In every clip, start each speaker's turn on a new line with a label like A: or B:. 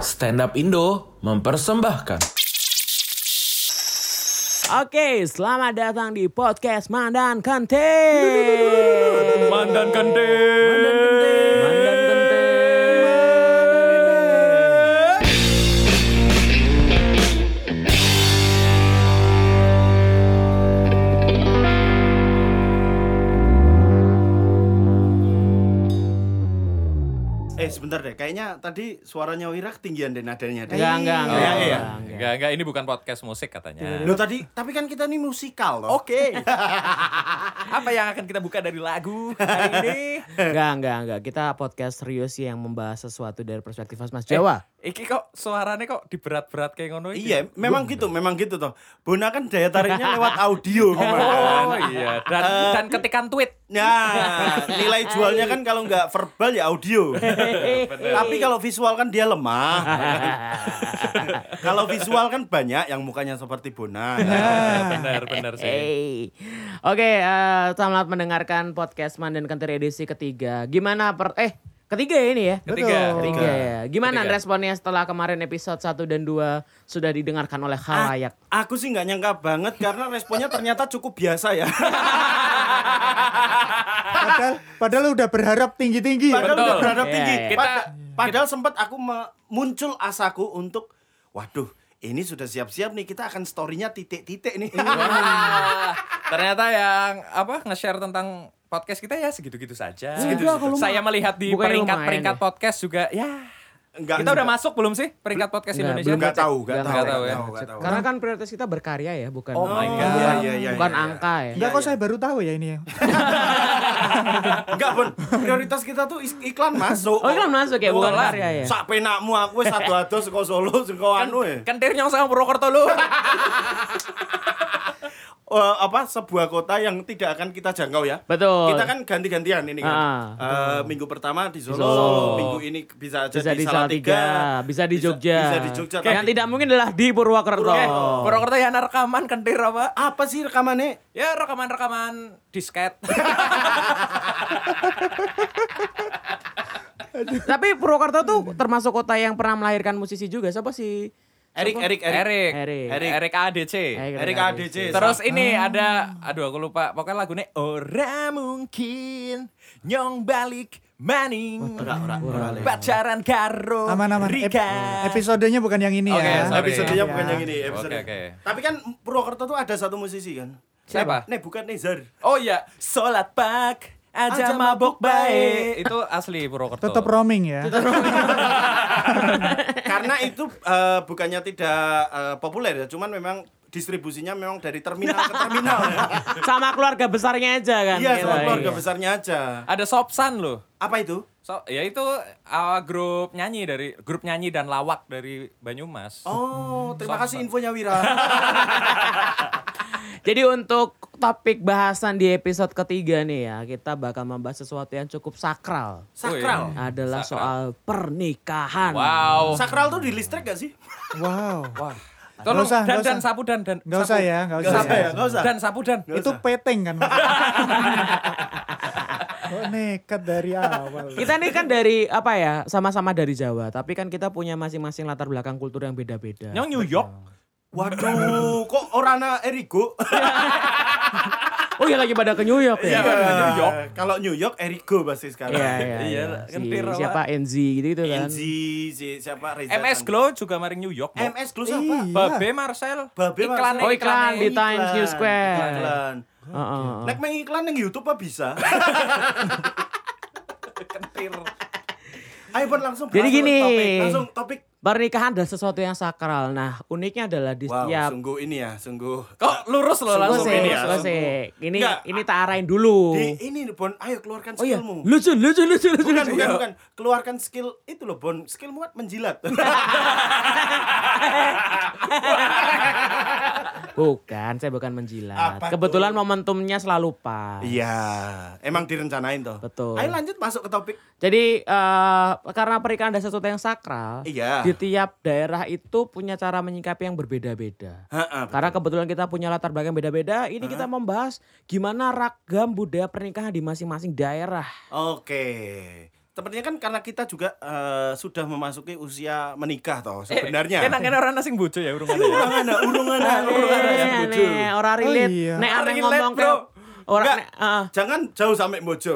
A: Stand Up Indo mempersembahkan.
B: Oke, selamat datang di podcast Mandan Kente.
A: Mandan Kente.
B: Mandan Kente.
C: Eh sebentar deh, kayaknya tadi suaranya Wira ketinggian deh nadanya deh.
B: Enggak, enggak, enggak.
C: Iya, iya, iya.
B: enggak, enggak.
D: Enggak, enggak, ini bukan podcast musik katanya.
C: Loh tadi, tapi kan kita ini musikal loh.
D: Oke. Apa yang akan kita buka dari lagu hari ini?
B: Enggak, enggak, enggak. Kita podcast serius yang membahas sesuatu dari perspektif Mas Jawa.
D: Iki kok suaranya kok diberat-berat kayak ngono iki?
C: Iya, memang gitu, memang gitu toh. Bona kan daya tariknya lewat audio.
D: Oh
C: kan.
D: iya, dan, dan ketikan tweet.
C: Nah, nilai jualnya kan kalau nggak verbal ya audio. Tapi kalau visual kan dia lemah. kalau visual kan banyak yang mukanya seperti Bona.
D: benar,
C: Eh.
D: benar sih.
B: Hey. Oke, eh, selamat mendengarkan podcast Mandan Kente edisi ketiga. Gimana per eh ketiga ya ini ya?
D: Ketiga.
B: Betul. Ketiga ya. Gimana
D: Ketiga.
B: responnya setelah kemarin episode 1 dan 2 sudah didengarkan oleh khalayak?
C: Aku sih nggak nyangka banget karena responnya ternyata cukup biasa ya.
E: padahal padahal udah berharap ya. tinggi tinggi
C: Padahal
D: Betul.
C: udah berharap
B: Iya,
C: tinggi.
B: iya.
D: Kita-
C: Pada- padahal sempat aku me- muncul asaku untuk waduh, ini sudah siap-siap nih kita akan story-nya titik-titik nih.
B: Iya.
D: Wah, Ah, ternyata yang apa nge-share tentang podcast kita ya segitu-gitu saja.
B: Segitu-gitu Enggak, kalau saja.
D: Saya melihat di
B: Bukannya
D: peringkat-peringkat
B: lumayan ya.
D: podcast juga ya.
C: Enggak.
D: Kita udah masuk belum sih peringkat podcast
B: Enggak,
D: Indonesia?
B: belum.
C: Enggak tahu, enggak
B: Enggak
C: tahu,
D: tahu ya.
C: enggak tahu, enggak tahu.
B: Karena kan prioritas kita berkarya ya, bukan
D: Oh my
C: Oh, iya,
D: God.
C: iya, iya,
B: bukan
C: iya.
B: angka ya.
E: enggak kok saya baru tahu ya ini ya
C: Enggak, Bon. Prioritas kita tuh is- iklan masuk.
B: Oh, iklan masuk ya, bukan
C: lah.
B: karya ya? Kan
C: Sak penakmu aku wis satu atus saka Solo saka anu ya.
D: Kentir nyong sama Purwokerto lu.
C: Eh, apa sebuah kota yang tidak akan kita jangkau ya.
B: Betul.
C: Kita kan ganti-gantian ini kan.
B: Ah,
C: Eh, minggu pertama di Solo,
B: Solo.
C: minggu ini bisa aja
B: bisa di
C: di
B: Salatiga, bisa di Jogja.
C: Bisa, di Jogja.
B: Yang
C: Tapi
B: tidak mungkin adalah di Purwakerto.
D: Eh, Purwokerto ya ada rekaman kentir apa?
C: apa sih rekamannya?
D: Ya rekaman-rekaman disket.
B: Tapi Purwakerto tuh termasuk kota yang pernah melahirkan musisi juga. Siapa sih?
C: Erik, Erik, Erik.
D: Erik.
B: Erik.
D: Erik. Erik ADC.
C: Erik ADC.
D: Terus ini ada aduh aku lupa pokoknya lagunya ora mungkin nyong balik maning
C: Ora, ora, ora, Le.
B: Oh,
D: pacaran karo
E: aman aman Ep- oh,
D: Rika.
E: episodenya bukan yang ini
D: Oke,
E: ya
D: sorry.
C: episodenya
B: Iya.
E: Ya.
C: bukan yang ini episode.
D: Oke, oke.
C: Tapi kan Purwokerto tuh ada satu musisi kan.
D: Siapa?
C: Nih bukan Nezar.
D: Oh iya, salat pak aja
C: Aja mabok
D: mabok bae. Itu asli Purwokerto.
E: tetap roaming ya
C: Karena itu eh, bukannya tidak eh, populer ya, cuman memang distribusinya memang dari terminal ke terminal. ya.
B: Sama keluarga besarnya aja kan.
C: Iya,
B: Gitu,
C: sama keluarga
B: iya.
C: besarnya aja.
D: ada Sopsan loh.
C: Apa itu?
D: So, ya itu uh, grup nyanyi dari grup nyanyi dan lawak dari Banyumas.
C: Oh, terima kasih infonya Wira.
B: Jadi untuk topik bahasan di episode ketiga nih ya, kita bakal membahas sesuatu yang cukup sakral.
C: Sakral.
D: Wih.
B: Adalah soal
D: Sakral.
B: pernikahan. Oh.
D: Wow.
C: Sakral tuh di listrik gak sih?
E: wow
D: Tolong
E: Nggak usah,
D: dan
E: nggak
D: dan
E: usah.
D: sapu dan dan
E: nggak
D: sapu.
E: usah ya nggak
C: Gak
E: usah
C: usah
E: ya.
C: ya, gak usah.
D: Dan sapu dan.
C: Nggak
E: itu
C: usah.
E: peteng kan oh nekat dari awal
B: Kita nih kan dari apa ya, sama-sama dari Jawa, tapi kan kita punya masing-masing latar belakang kultur yang beda-beda.
D: Nyong New York.
C: Waduh, kok orangnya Erigo?
B: Oh iya lagi pada ke New York ya.
C: New York. Kalau New York Erigo pasti sekarang.
B: Iya, iya, iya.
D: Iya,
C: kan
B: Si,
D: kentir apa?
B: siapa NZ gitu kan.
C: NZ, si, siapa Reza
D: MS
C: Tan-
D: Glow juga maring New York. Mo.
C: MS Glow siapa?
E: Iya.
D: Babe Marcel.
C: Babe
D: iklan
C: Marcel.
B: Oh, iklan di
D: iklannya.
B: Times New Square. Oh.
C: Iklan.
B: Heeh, heeh.
C: Nek main iklan yang YouTube apa bisa?
D: Kentir.
C: Ayo buat langsung.
B: Jadi
C: langsung
B: gini.
C: topik. Langsung topik.
B: Pernikahan adalah sesuatu yang sakral. Nah, uniknya adalah di
C: Wow,
B: setiap
C: sungguh ini ya, sungguh.
D: Kok lurus loh langsung
B: Gosek,
D: ini
C: ya.
B: gosek. Ini
C: Enggak.
B: ini tak arahin dulu.
C: Di ini Bon, ayo keluarkan
B: Oh iya,
C: skillmu.
B: lucu lucu lucu lucu.
C: Bukan,
B: lucu.
C: bukan, bukan. Keluarkan skill itu loh, Bon. Skillmu kan menjilat.
B: Bukan, saya bukan menjilat.
C: Apa
B: Kebetulan momentumnya selalu pas.
C: Iya, emang direncanain toh.
B: Betul.
C: Ayo lanjut masuk ke topik.
B: Jadi eh, karena pernikahan adalah sesuatu yang sakral,
C: Iya.
B: di tiap daerah itu punya cara menyikapi yang berbeda-beda.
C: Ha-ha, betul.
B: Karena kebetulan kita punya latar belakang yang beda-beda, ini kita membahas gimana ragam budaya pernikahan di masing-masing daerah.
C: Oke. Sepertinya kan karena kita juga eh, sudah memasuki usia menikah toh sebenarnya.
D: Enak enak orang asing bucu ya urung ada.
C: Urungan, nah, urungan, nah, urungan, nah,
B: Eh,
C: bojo.
B: nih, orang
E: Oh,
B: relate.
E: iya.
B: Nek
D: Orang
B: aneh
D: relate,
B: ngomong
D: bro.
B: kayak orang
C: Enggak.
B: nek, ah.
C: Jangan jauh sampai bojo.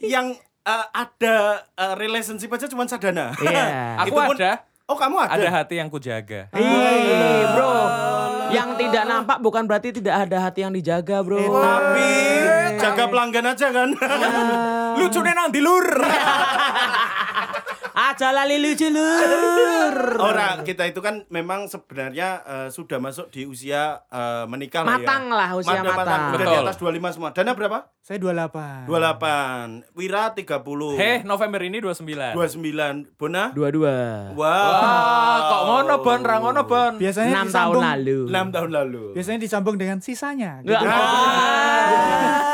C: Yang eh, ada eh, relationship aja cuman sadana.
B: Iya.
D: Aku
C: Itu pun-
D: ada,
C: Oh, kamu ada.
D: ada hati yang kujaga.
E: Ah.
B: Iya, bro. Yang tidak nampak bukan berarti tidak ada hati yang dijaga, bro.
C: Tapi jaga pelanggan aja kan.
D: Lucunya nang di lur.
B: Aja lali lucu lur.
C: Orang kita itu kan memang sebenarnya eh, sudah masuk di usia eh, menikah
B: Matang lah,
C: lah ya.
B: usia matang.
C: Udah di
D: Betul.
C: atas 25 semua. Dana berapa?
E: Saya 28.
C: 28. Wira 30.
D: Heh, November ini 29.
C: 29. Bona?
B: Dua-dua.
C: Wow.
D: Wah, Ah, kok ngono bon, ra ngono bon.
E: Biasanya
B: Enam tahun
E: disambung,
B: lalu.
C: 6 tahun lalu.
E: Biasanya disambung dengan sisanya. gitu.
B: Enggak. Ah.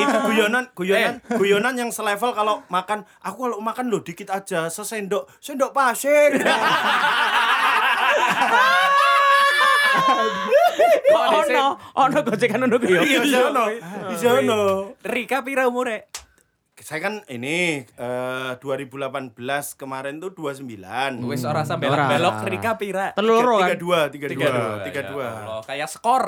C: Itu guyonan, guyonan, guyonan yang selevel kalau makan. Aku kalau makan loh dikit aja, sesendok, sendok pasir.
B: Oh, ono, ono gojekan ono kuwi yo.
C: Iya, di sono. Di sono.
D: Rika pira umure?
C: Saya kan ini eh, 2018 kemarin tuh 29.
D: Wis ora sampe
B: Ora.
D: belok Rika pira?
B: Telu loro kan.
C: 32, 32, 32.
D: 32. Allah, kayak skor.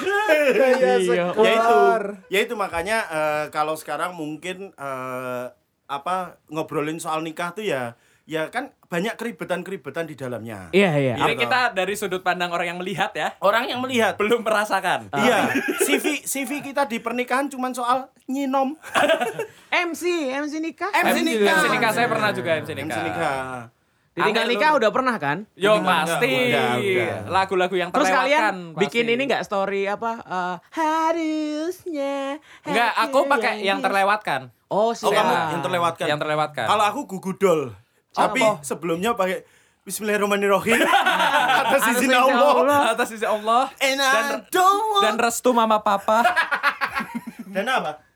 B: Iya.
C: ya itu
E: Keluar.
C: ya itu makanya eh, kalau sekarang mungkin eh, apa ngobrolin soal nikah tuh ya ya kan banyak keribetan-keribetan di dalamnya
B: Iya, iya.
D: Ini kita dari sudut pandang orang yang melihat ya,
C: orang yang melihat
D: belum merasakan.
C: Iya, CV CV kita di pernikahan cuman soal nyinom.
B: MC, MC nikah.
C: MC nikah.
D: MC nikah saya pernah juga MC
C: MC
D: nikah.
C: nikah.
B: Ditinggal
D: Aneh,
B: nikah
D: lur.
B: udah pernah kan?
D: Yo pasti.
C: Udah, udah.
D: Lagu-lagu yang
B: Terus
D: terlewatkan.
B: kalian bikin
D: pasti.
B: ini nggak story apa? eh, harusnya.
D: Enggak, aku pakai yang terlewatkan.
B: Oh, sih.
C: Oh, kamu
D: Nah,
C: yang terlewatkan.
D: yang terlewatkan.
C: Kalau aku gugudol. Tapi sebelumnya pakai Bismillahirrahmanirrahim. Atas
B: Atas izin
C: izin Allah.
B: Allah.
D: Atas sisi Allah
C: And
D: dan
C: I don't want-
D: dan restu mama papa.
C: Dan apa?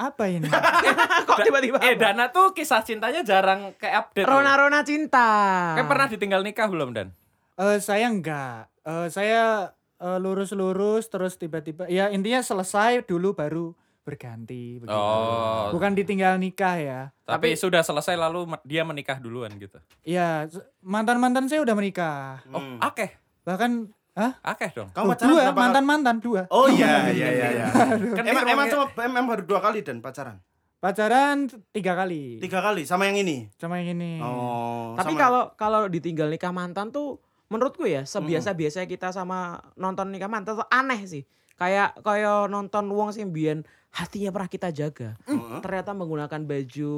E: Apa ini?
B: Kok tiba-tiba?
D: eh Dana tuh kisah cintanya jarang ke update.
B: Rona-rona cinta.
D: Kayak pernah ditinggal nikah belum Dan?
E: Eh, saya enggak. Eh, saya eh, lurus-lurus terus tiba-tiba ya intinya selesai dulu baru berganti begitu.
D: Oh.
E: Bukan ditinggal nikah ya.
D: Tapi, sudah selesai lalu me- dia menikah duluan gitu.
E: Iya, se- mantan-mantan saya udah menikah.
D: Oh, akeh.
E: Bahkan hah?
D: Akeh
C: Hmm.
D: dong.
C: Kamu
E: Oh,
C: pacaran
E: dua,
C: berapa kali?
E: mantan-mantan dua.
C: Oh iya iya iya iya.
D: Kan
C: emang
D: dia
C: emang
D: orangnya-
C: cuma emang baru dua kali dan pacaran.
E: Pacaran tiga kali.
C: Tiga kali sama yang ini.
E: Sama yang ini.
B: Iya.
C: Oh.
B: Hmm. Tapi
C: sama-
B: kalau kalau ditinggal nikah mantan tuh menurutku ya sebiasa biasa kita sama nonton nikah mantan tuh aneh sih. Kayak kayak nonton wong sih mbiyen hatinya pernah kita jaga.
D: Mm.
B: Ternyata menggunakan baju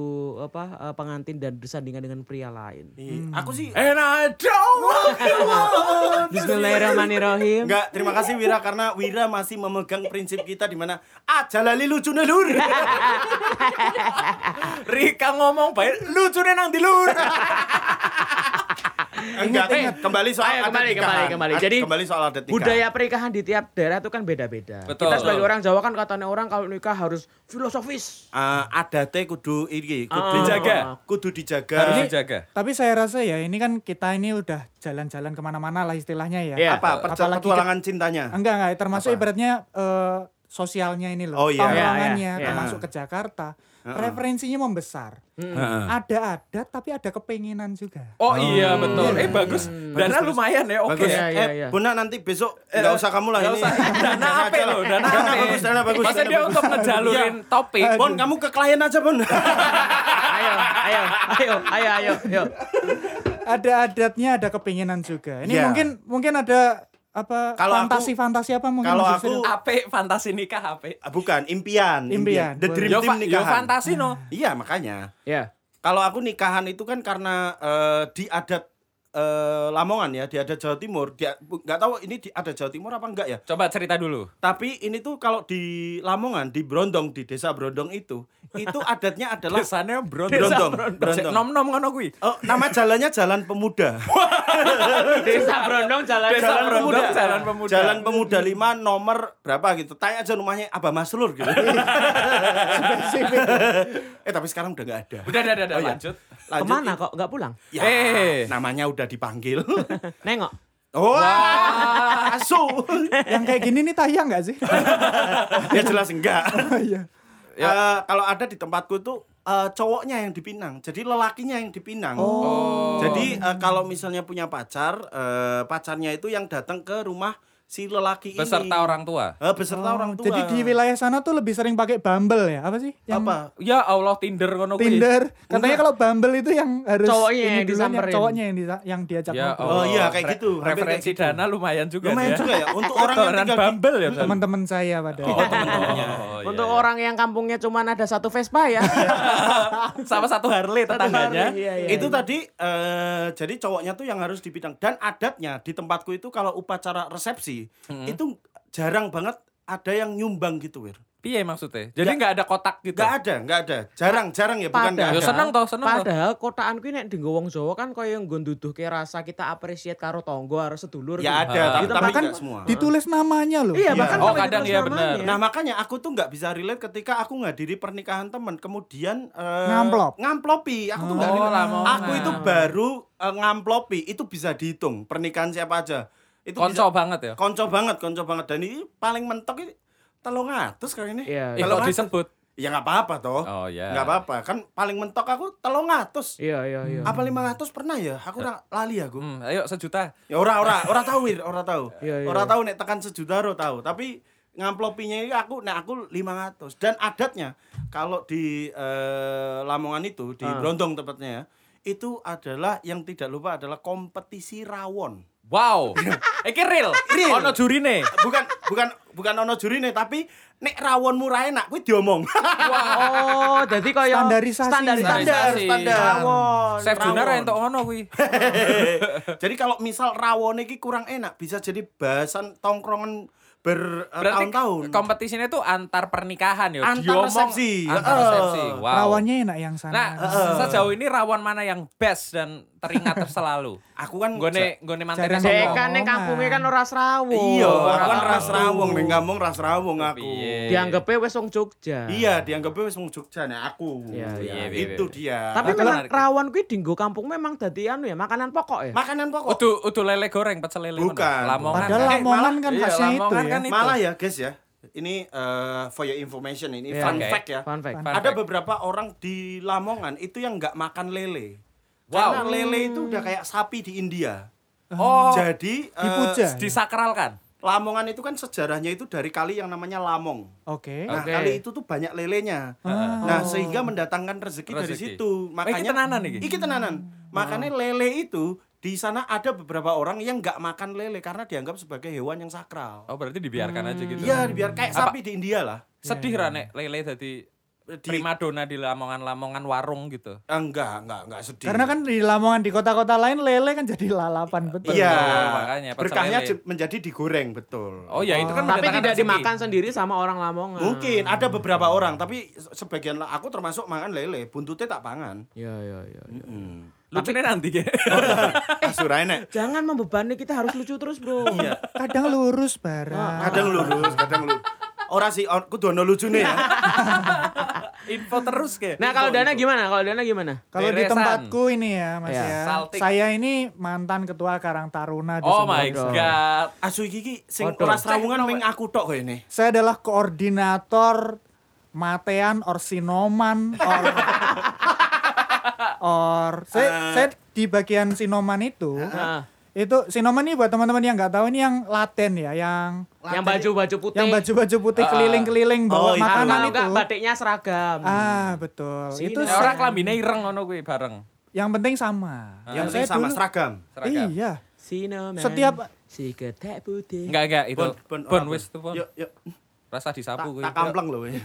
B: apa eh, pengantin dan bersandingan dengan pria lain.
C: Iya. aku sih
D: And I don't want you.
B: Bismillahirrahmanirrahim.
C: Enggak, terima kasih Wira karena Wira masih memegang prinsip kita di mana ah jalali lucu nelur.
D: Rika ngomong baik lucunya nang di lur.
C: Enggak, eh, kembali soal
B: Ayo,
C: adat
B: kembali,
C: nikahan.
B: kembali, kembali.
C: Ad-
B: Jadi,
C: kembali soal adat nikah.
B: Budaya pernikahan di tiap daerah itu kan beda-beda.
D: Betul.
B: Kita sebagai orang Jawa kan katanya orang kalau nikah harus filosofis.
C: Eh, adatnya kudu ini,
B: Oh.
C: kudu
D: Dijaga.
C: Kudu dijaga.
D: Harus dijaga.
E: Tapi saya rasa ya ini kan kita ini udah jalan-jalan kemana-mana lah istilahnya ya.
B: Iya.
C: Apa? perca-
E: Apalagi
C: Petualangan cintanya.
E: Enggak enggak, termasuk
C: Apa?
E: ibaratnya eh, sosialnya ini
C: Oh,
E: loh.
C: iya.
E: Tongkrongannya,
B: Iya, iya, iya.
E: termasuk ke Jakarta. Referensinya membesar.
C: Heeh.
E: Ada adat tapi ada kepenginan juga.
D: Oh iya betul. Eh bagus. Dana lumayan ya. Oke.
C: Bagus.
B: Iya, iya,
C: eh,
B: iya.
C: Bunda nanti besok enggak usah kamu lah
D: Eh, Nggak
C: ini.
D: usah. Dana
C: Dana
D: apa
C: aja
D: lo?
C: lah.
D: Dana
C: Dana
D: apa?
C: bagus, dana bagus,
D: Masa
C: dana bagus.
D: dia
C: Iya. Ya,
D: untuk ngejalurin topik.
C: Bon, kamu ke klien aja, Bon. Ah,
B: Ayo, ayo, ayo, ayo, ayo, ayo.
E: Ada adatnya, ada kepenginan juga.
C: Iya.
E: Ini mungkin mungkin ada apa
C: Kalau aku-
E: fantasi-fantasi apa mungkin
C: kalau aku-
E: maksud saya?
D: Ape fantasi nikah ape.
C: Ah, Bukan, impian,
E: Impian,
C: The
E: boleh.
C: dream
D: Yo,
C: team
D: fa- yo
C: nikahan.
D: fantasi no.
C: Iya, makanya.
B: Ya.
C: Kalau aku nikahan itu kan karena eh, di adat eh, Lamongan ya, di adat Jawa Timur, di- bu- nggak tahu ini di adat Jawa Timur apa enggak ya.
D: Coba cerita dulu.
C: Tapi ini tuh kalau di Lamongan, di Brondong, di desa Brondong itu, itu adatnya adalah
D: Desanya
C: Brondong,
D: brondong.
C: Brondong.
D: Nom nom ngono kuwi.
C: Oh, nama jalannya Jalan Pemuda.
B: Desa Brondong jalan
D: Desa
B: jalan
D: Brondong.
B: pemuda.
D: Jalan Pemuda.
C: Jalan Pemuda 5 nomor berapa gitu. Tanya aja rumahnya Abah Maslur gitu. eh tapi sekarang udah nggak ada.
D: Udah, udah, udah, udah,
C: iya.
D: lanjut.
C: Lanjut.
B: Kemana kok nggak pulang?
C: Ya,
D: Eh.
C: namanya udah dipanggil.
B: Nengok.
C: Wah, asu.
E: Yang kayak gini nih tayang nggak sih?
C: ya jelas enggak.
E: Iya.
D: Ya.
C: Eh, kalau ada di tempatku tuh eh, cowoknya yang dipinang, jadi lelakinya yang dipinang.
D: Oh.
C: Jadi eh, kalau misalnya punya pacar, eh, pacarnya itu yang datang ke rumah si lelaki ini.
D: Beserta orang Oh, tua.
C: Eh, beserta orang tua.
E: Oh, Jadi di wilayah sana tuh lebih sering pakai Bumble ya? Apa sih? Yang
C: apa? ya?
D: Ya Allah Tinder ngono kuwi.
E: Tinder. Katanya kalau Bumble itu yang harus
B: Cowoknya
E: ini
B: yang
E: duluan,
B: disamperin.
E: cowoknya yang disa- yang diajak
D: Ya
E: ngobrol.
D: Allah.
C: Oh, iya, kayak
D: Re-
C: gitu. Hampir kayak
D: Referensi
C: gitu.
D: dana lumayan juga
C: Lumayan
D: ya.
C: juga ya untuk orang yang
D: Kotoran
C: tinggal di-
D: Bumble ya. Sal.
E: Teman-teman saya padahal.
D: Oh, teman-temannya. Oh, iya,
B: Untuk
D: iya.
B: orang yang kampungnya cuman ada satu Vespa ya.
D: sama satu Harley tetangganya.
B: Iya, iya.
C: itu tadi eh, jadi cowoknya tuh yang harus dipinang dan adatnya di tempatku itu kalau upacara resepsi itu jarang banget ada yang nyumbang gitu wir
D: Piye Iya, maksudnya? Jadi nggak ada kotak gitu.
C: nggak ada nggak ada jarang jarang ya bukan nggak
D: Ya
C: ada
D: seneng toh, seneng toh.
B: Padahal kotaan kuwi nek ndenggo wong Jawa kan koyo nggo nduduhke rasa kita appreciate karo tonggo harus sedulur.
C: ya
B: gitu.
C: ada
D: Ah.
C: tapi,
E: Kita
C: tapi
E: bahkan
C: nggak semua
E: ditulis namanya loh.
B: Iya,
C: Iya.
B: bahkan
D: Oh,
B: sampai
D: kadang
B: ditulis
D: iya,
B: namanya.
D: benar.
C: Nah makanya aku tuh nggak bisa relate ketika aku diri pernikahan temen kemudian eh,
E: Ngamplop.
C: ngamplopi aku tuh nggak
D: Oh,
C: relate.
D: lah, mau
C: aku
D: lah.
C: itu baru eh, ngamplopi itu bisa dihitung pernikahan siapa aja itu
D: Konco
C: bisa-
D: banget ya.
C: konco banget konco banget dan ini paling mentok ini telung atus kali ini
B: Iya,
D: Eh,
C: Telung
D: kok
C: atus.
D: disebut?
C: ya nggak apa-apa toh
D: Oh, ya.
C: nggak apa-apa kan paling mentok aku telung atus
B: Iya, iya, iya.
C: apa 500 pernah ya aku ora lali aku
D: Hmm, ayo sejuta.
C: ya ora ora ora tahu wir ora tahu
B: Iya, iya.
C: ora tahu nek tekan sejuta ora tahu tapi ngamplopinya ini aku nek aku 500 dan adatnya kalau di eh, Lamongan itu di
B: Ah.
C: Brondong tepatnya ya itu adalah yang tidak lupa adalah kompetisi rawon
D: Wow. Iki real.
C: Real.
D: Ono jurine.
C: bukan bukan bukan ono jurine tapi nek rawon murah enak kuwi diomong
B: Oh, jadi koyo
E: Standarisasi.
B: Standarisasi.
C: standar
D: Standarisasi.
C: standar
B: Rawon.
D: Chef Junar
C: rawon.
D: entuk ono kuwi.
C: jadi kalau misal rawon iki kurang enak bisa jadi bahasan tongkrongan eh,
D: Berarti
C: bertahun-tahun
D: kompetisinya tuh antar pernikahan ya.
C: Antar
D: diomong,
C: resepsi.
D: Antar
C: Eh.
D: resepsi. Wow.
E: Rawannya enak yang sana.
D: Nah, sejauh ini rawan mana yang best dan teringat selalu?
C: aku kan
D: Gone gone mantek
E: Jarang
B: Dek
E: Rawon.
B: kan ning kampungnya kan ora srawung.
C: Iya,
B: Ora
C: aku kan
B: srawung.
C: ras rawong, ning kampung ras rawong aku.
D: Oh, ah, Piye?
B: Dianggepnya wes wong Jogja.
C: Iya, dianggapnya wis wong Jogja nek aku.
B: Iya,
C: Ya,
D: iya, iya,
C: itu dia.
B: Tapi
D: Aku
B: memang
D: menarik.
B: rawon kuwi dinggo kampung memang dadi anu ya, makanan pokok ya.
C: makanan pokok.
D: Udu udu lele goreng pecel lele ngono.
C: Bukan. Eh,
D: Lamongan.
E: Padahal
D: kan?
E: Lamongan kan
D: Iya,
E: khasnya itu
D: Lamongan
E: ya.
D: kan itu.
C: Malah ya, guys ya. Ini eh, for your information ini
B: Iya,
C: fun
D: oke.
C: fact ya.
B: Fun fact.
D: Fun
C: Ada
D: fact.
C: beberapa orang di Lamongan itu yang nggak makan lele. Karena
D: Wow.
C: lele itu udah kayak sapi di India.
D: Oh,
C: Jadi eh,
E: Dipuja.
D: disakralkan.
C: Lamongan itu kan sejarahnya itu dari kali yang namanya Lamong.
E: Oke.
C: Nah,
B: Oke.
C: kali itu tuh banyak lelenya. Nah, sehingga mendatangkan rezeki, dari
D: Ah. Rezeki.
C: situ.
D: Oh, iki tenanan iki? Ah.
C: Iki tenanan. Makanya lele itu di sana ada beberapa orang yang nggak makan lele karena dianggap sebagai hewan yang sakral.
D: Oh, berarti dibiarkan aja gitu.
C: Iya, biar kayak
D: Apa-
C: sapi di India lah.
D: Sedih ra nek lele dadi
C: Di-
D: primadona di Lamongan-Lamongan warung gitu.
C: Eh, enggak, enggak, enggak sedih.
E: Karena kan di Lamongan di kota-kota lain lele kan jadi lalapan betul.
C: Iya,
D: Betul, makanya, pecel
C: berkahnya
D: lele.
C: j- menjadi digoreng betul.
D: Oh ya itu kan
B: Tapi
D: mendatangkan
B: tidak
D: rezeki.
B: dimakan sendiri sama orang Lamongan.
C: Mungkin ada beberapa orang, tapi se- sebagian lah aku termasuk makan lele, buntutnya tak pangan.
B: Iya, iya, iya. iya.
C: Hmm.
D: Lucunya nanti ya.
C: Oh, Asurain nek.
B: Jangan membebani kita harus lucu terus, Bro.
C: Iya.
E: Kadang lurus bara.
C: Kadang lurus, kadang lurus. Ora sih, or- kudu ono lucune ya.
D: Info terus kayak.
B: Nah, kalau Dana gimana? Kalau Dana gimana?
E: Kalau di
D: Beresan.
E: tempatku ini ya Mas
B: Iya.
E: ya.
D: Saltik.
E: Saya ini mantan ketua Karang Taruna di
D: Oh
E: Sumber
D: my
E: Reso.
D: god.
C: Asu iki ki sing
B: Waduh.
C: ora srawungan ming aku tok koyo ini.
E: Saya adalah koordinator matean or sinoman or or saya, saya di bagian sinoman itu.
B: Ah.
E: Itu sinoman ini buat teman-teman yang nggak tahu ini yang Laten ya, yang
B: Yang baju-baju putih.
E: yang baju-baju putih keliling-keliling bawa
C: Oh, itu.
E: makanan
B: Kalau
E: itu.
B: enggak batiknya seragam.
E: Ah, betul.
B: Sini.
E: Itu
D: Ya,
E: saya-
D: orang kelambine ireng ngono kuwi bareng.
E: yang penting sama.
D: Ah.
E: Nah,
C: Yang penting
E: saya
C: sama
E: dulu-
C: seragam.
D: Seragam.
E: Iya.
B: Sinoman.
E: Setiap-
B: si ketek putih.
D: Enggak enggak itu. Bon
C: ora,
D: wis tuh bon.
C: Yuk, yuk.
D: Rasa
C: Tak
D: disapu kuwi.
C: tak kamplang lho. ini.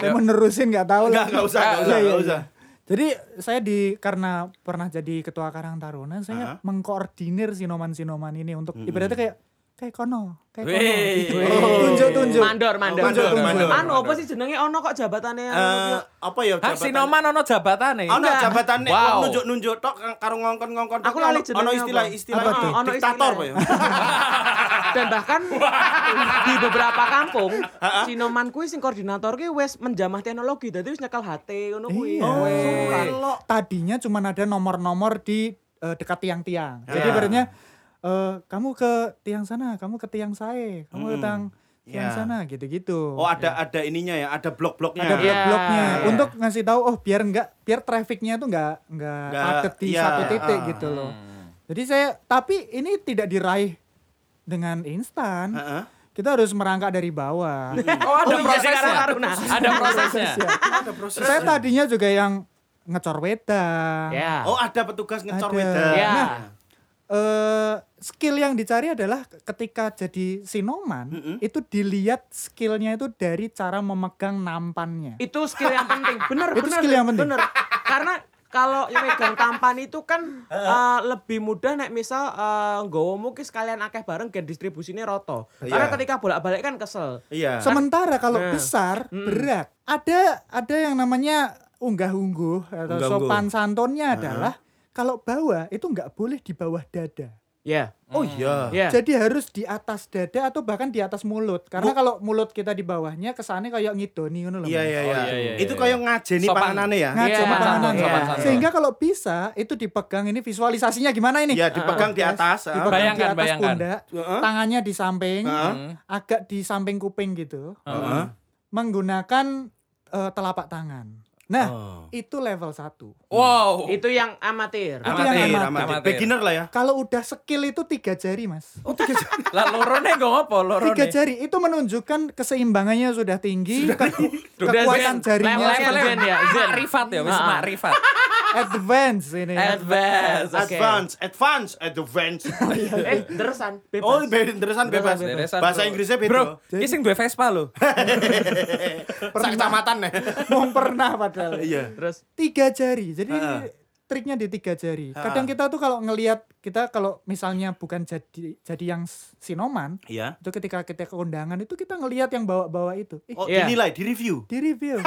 E: Saya mau nerusin nggak tahu
C: Enggak,
E: lagi.
C: enggak usah, enggak
E: Iya,
C: usah,
E: iya,
C: enggak
E: iya.
C: usah.
E: Jadi saya di karena pernah jadi ketua Karang Taruna, saya mengkoordinir sinoman-sinoman ini untuk ibaratnya kayak kayak kono, kayak kono.
D: Wih.
E: gitu.
D: Wih.
C: Oh.
E: Tunjuk-tunjuk.
B: Mandor, mandor.
C: Mandor,
B: Tunjuk, tunjuk.
C: mandor.
B: Anu apa sih jenenge ono kok jabatannya?
C: Eh, apa ya
D: Hah,
C: jabatan?
D: sinoman ono jabatane.
C: Ono jabatan nek
D: Wow.
C: nunjuk-nunjuk tok karo ngongkon-ngongkon. tok,
B: Aku lali
C: ono- ono
B: jenengnya
C: istilah
B: apa?
C: istilah
E: Apa tuh?
B: Ono
C: diktator ya?
B: istilah.
C: koyo.
B: dan bahkan di beberapa kampung sinoman kuwi sing koordinator kuwi wis menjamah teknologi dadi wis nyekel HT ngono kuwi.
C: oh,
E: Iya.
B: Weh.
E: Tadinya cuma ada nomor-nomor di eh, dekat tiang-tiang. Jadi
C: Ya.
E: ibaratnya eh, kamu ke tiang sana, kamu ke tiang saya, kamu ke
C: Mm-mm.
E: tiang tiang
C: Iya.
E: sana gitu-gitu.
C: Oh ada
D: iya.
C: ada ininya ya, ada blok-bloknya.
E: ada
B: Iya.
E: blok-bloknya
C: Iya.
E: untuk ngasih tahu oh biar enggak biar trafficnya tuh enggak enggak
C: Nggak,
E: padat di
C: iya,
E: satu titik
C: ah.
E: gitu loh. Jadi saya tapi ini tidak diraih dengan instan.
C: Heeh.
E: Kita harus merangkak dari bawah.
D: Oh, ada
B: Oh, iya,
D: prosesnya.
B: Karang Taruna.
D: Ada prosesnya.
C: Ada proses.
E: saya tadinya juga yang ngecor
D: Nah.
E: wedang.
B: Ya.
C: Oh ada petugas ngecor
E: Ada.
C: wedang.
B: ya.
D: Iya.
E: Nah, eh skill yang dicari adalah ketika jadi sinoman itu dilihat skillnya itu dari cara memegang nampannya.
B: itu skill yang penting. Bener,
E: Itu
B: bener,
E: skill yang penting.
B: bener. Karena kalau yang megang tampan itu kan eh, lebih mudah nek misal eh, nggowo mungkin sekalian akeh bareng gen distribusine roto. Karena
C: Iya.
B: ketika bolak-balik kan kesel.
C: Iya.
E: Sementara kalau
B: Nah.
E: besar berat. Ada ada yang namanya unggah-ungguh atau
C: Unggah-ungguh.
E: sopan santunnya adalah kalau bawa itu nggak boleh di bawah dada.
B: Ya.
C: Oh
D: Hmm.
C: iya.
B: Ya.
E: Jadi harus di atas dada atau bahkan di atas mulut. Karena kalau mulut kita di bawahnya kesannya kayak ngidoni ngono loh.
C: Iya
E: Mas.
C: iya
D: Oh,
C: iya.
D: iya, iya,
C: Itu
D: iya.
C: kayak ngajeni
D: Sopan.
C: panganane ya.
E: Ngaco
B: Iya,
E: panganan.
B: sopan
D: santun.
E: Sehingga kalau bisa itu dipegang ini visualisasinya gimana ini?
C: Iya dipegang di atas.
E: Dipegang
C: ah.
D: Bayangkan,
E: di atas
D: bayangkan.
E: pundak,
C: Heeh.
E: tangannya di samping,
C: Heeh.
D: Hmm.
E: agak di samping kuping gitu.
C: Heeh.
E: menggunakan eh, telapak tangan. Nah,
C: Oh.
D: Oh.
E: itu level 1.
D: Wow.
B: Itu yang amatir.
E: Am-
C: Amatir,
E: yang
C: amatir.
D: amatir.
C: Beginner lah ya.
E: Kalau udah skill itu tiga jari, Mas.
D: Lah lorone nggo ngopo lorone?
E: Tiga jari itu menunjukkan keseimbangannya sudah tinggi, keku-
B: zen.
E: kekuatan jarinya
B: Level-
E: sudah
B: Zen ya, Zen.
D: Makrifat ya, wis
B: Ah.
D: makrifat.
E: advance ini.
D: Advance.
B: Oke.
C: Advance, advance, advance.
D: Oh,
B: eh, deresan. Bebas.
C: Oh, berinteresan bebas.
D: Deresan,
C: Bahasa
D: iya. bro.
C: Inggrisnya
D: Bro,
C: beda.
D: iki sing duwe Vespa lho.
C: Sak kecamatan ya.
E: Wong pernah padahal.
C: Iya.
B: Terus
E: Tiga jari. Jadi
C: Ha-ha.
E: triknya di tiga jari.
C: Ha-ha.
E: Kadang kita tuh kalau ngelihat kita kalau misalnya bukan jadi jadi yang sinoman,
C: Iya.
E: itu ketika kita ke undangan itu kita ngelihat yang bawa-bawa itu. Ih,
C: Oh,
B: Iya.
C: dinilai, di review.
E: di review.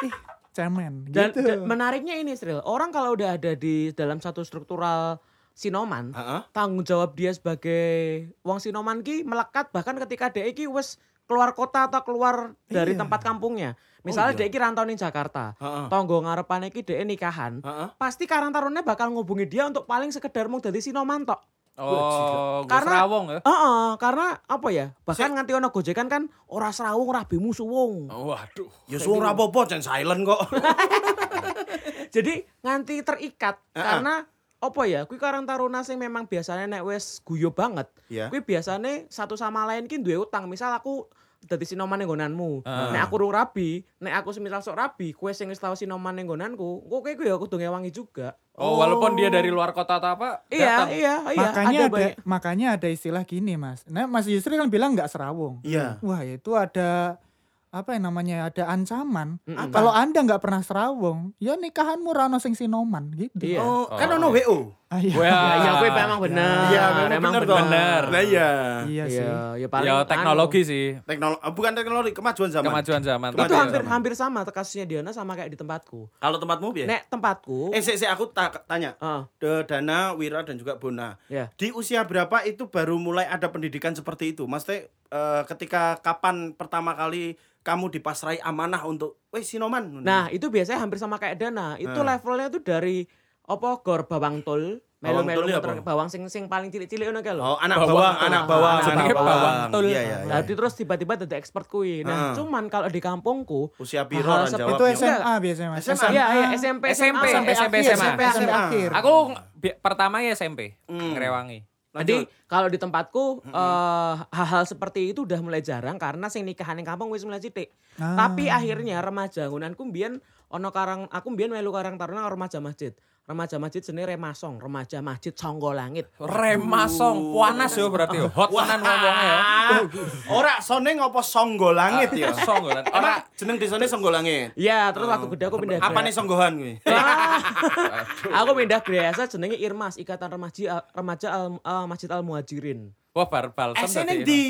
E: Ih, cemen
B: dan,
E: gitu.
B: dan menariknya ini, Sril. Orang kalau udah ada di dalam satu struktural sinoman,
C: Heeh.
B: tanggung jawab dia sebagai wong sinoman ki melekat bahkan ketika dia ki wes keluar kota atau keluar dari
E: Iya.
B: tempat kampungnya. Misalnya dia ki rantau ning Jakarta.
C: Oh, iya. Heeh.
B: Tonggo ngarepane ki dia nikahan.
C: Heeh.
B: Pasti Karang Taruna bakal ngubungi dia untuk paling sekedar mau dadi sinoman tok.
D: Oh,
B: Karena-
D: karena wong ya.
B: Heeh, karena apa ya? Bahkan nganti ono gojekan kan ora srawung ora bimu suwung.
D: Waduh.
C: Ya suara apa-apa, jangan silent kok.
B: Jadi nganti terikat
C: Heeh.
B: karena apa ya? Kuwi Karang Taruna sing memang biasanya nek wes guyu banget.
C: Iya.
B: Kuwi biasane satu sama lain ki duwe utang. Misal aku dadi sinoman ning nggonanmu.
D: Heeh.
B: Nek aku rung rabi, nek aku semisal sok rabi, kowe sing wis tau sinoman ning nggonanku, kowe kuwi ya kudu ngewangi juga.
D: Oh, walaupun dia dari luar kota atau apa,
B: Iya,
D: datang.
B: iya, iya.
E: makanya ada,
B: banyak-
E: makanya ada istilah gini mas. Nah Mas Yusri kan bilang nggak serawung.
C: Iya.
E: Wah ya itu ada apa yang namanya ada ancaman. Ah,
B: Mm-mm.
E: Kalau anda nggak pernah serawung, ya nikahanmu rano sing sinoman gitu.
B: Iya.
C: Oh, kan ono WO.
E: Ah, iya.
D: Wah.
B: Ya, ya kuwi memang bener.
C: Iya, memang bener dong.
D: bener.
C: Nah, iya.
E: Iya sih.
B: Iya, ya paling
D: Ya
B: anu.
D: teknologi sih.
C: Teknologi ah, bukan teknologi, kemajuan zaman.
D: Kemajuan zaman.
B: Itu
C: Itu
D: Tapi-
B: hampir hampir sama kasusnya Diana sama kayak di tempatku.
C: Kalau tempatmu piye?
B: Nek tempatku, eh,
C: Eh, sik sik aku ta- tanya.
B: heeh,
C: De Dana, Wira dan juga Bona.
B: ya.
C: Di usia berapa itu baru mulai ada pendidikan seperti itu? Maksudnya eh, ketika kapan pertama kali kamu dipasrai amanah untuk weh sinoman?
B: Nah, itu biasanya hampir sama kayak dana. Itu
C: Hmm. Nah.
B: levelnya tuh dari apa gor bawang tol,
C: Bawang tol
B: melu-melu
C: ya,
B: motor-
C: Bang?
B: bawang sing sing paling cilik-cilik ngono kae lho.
C: oh, anak
D: Bawang,
C: bawang,
D: ah,
C: anak bawang,
D: anak
C: anak
D: bawang. Betul.
C: Iya, iya, iya.
B: Nah, terus tiba-tiba dadi expert kuwi. Nah,
C: Ah.
B: cuman kalau di kampungku,
C: Usia piro
B: Hal
C: kan
B: seperti
C: jawabnya?
E: Itu SMA biasanya mas.
C: SMA.
B: ya, ya,
E: Iya,
B: SMP,
D: SMP,
B: SMA.
E: Sampai
D: SMP,
E: akhir,
D: SMA.
E: sampai akhir.
C: SMA.
E: akhir.
D: Aku bi- pertama ya SMP,
C: Hmm.
D: ngerewangi.
B: Jadi
C: Lanjut.
B: kalau di tempatku eh, hal-hal seperti itu udah mulai jarang karena sing nikahan yang kampung wis mulai sithik.
E: Ah.
B: Tapi akhirnya remaja nggunanku mbiyen ono karang aku mbiyen melu karang taruna karo remaja masjid. Remaja masjid jenenge Remasong, remaja masjid Songgo Langit.
D: Remasong, panas yo berarti yo. Hot tenan ngomongnya yo.
C: Ah, ora sone ngopo songgo langit ya.
D: Songgo Langit.
C: Ora jeneng desane songgo langit.
B: Ya, terus waktu gede aku pindah
C: Apa
B: Grea-
C: nih songgohan kuwi?
B: Ah. aku pindah Greasa jenenge Irmas, Ikatan Remaja Remaja Al, eh, Masjid Al Muhajirin.
D: Wah,
B: Eh,
D: bar balsam
C: Esen
D: dadi
C: ning
D: enak.
C: ndi?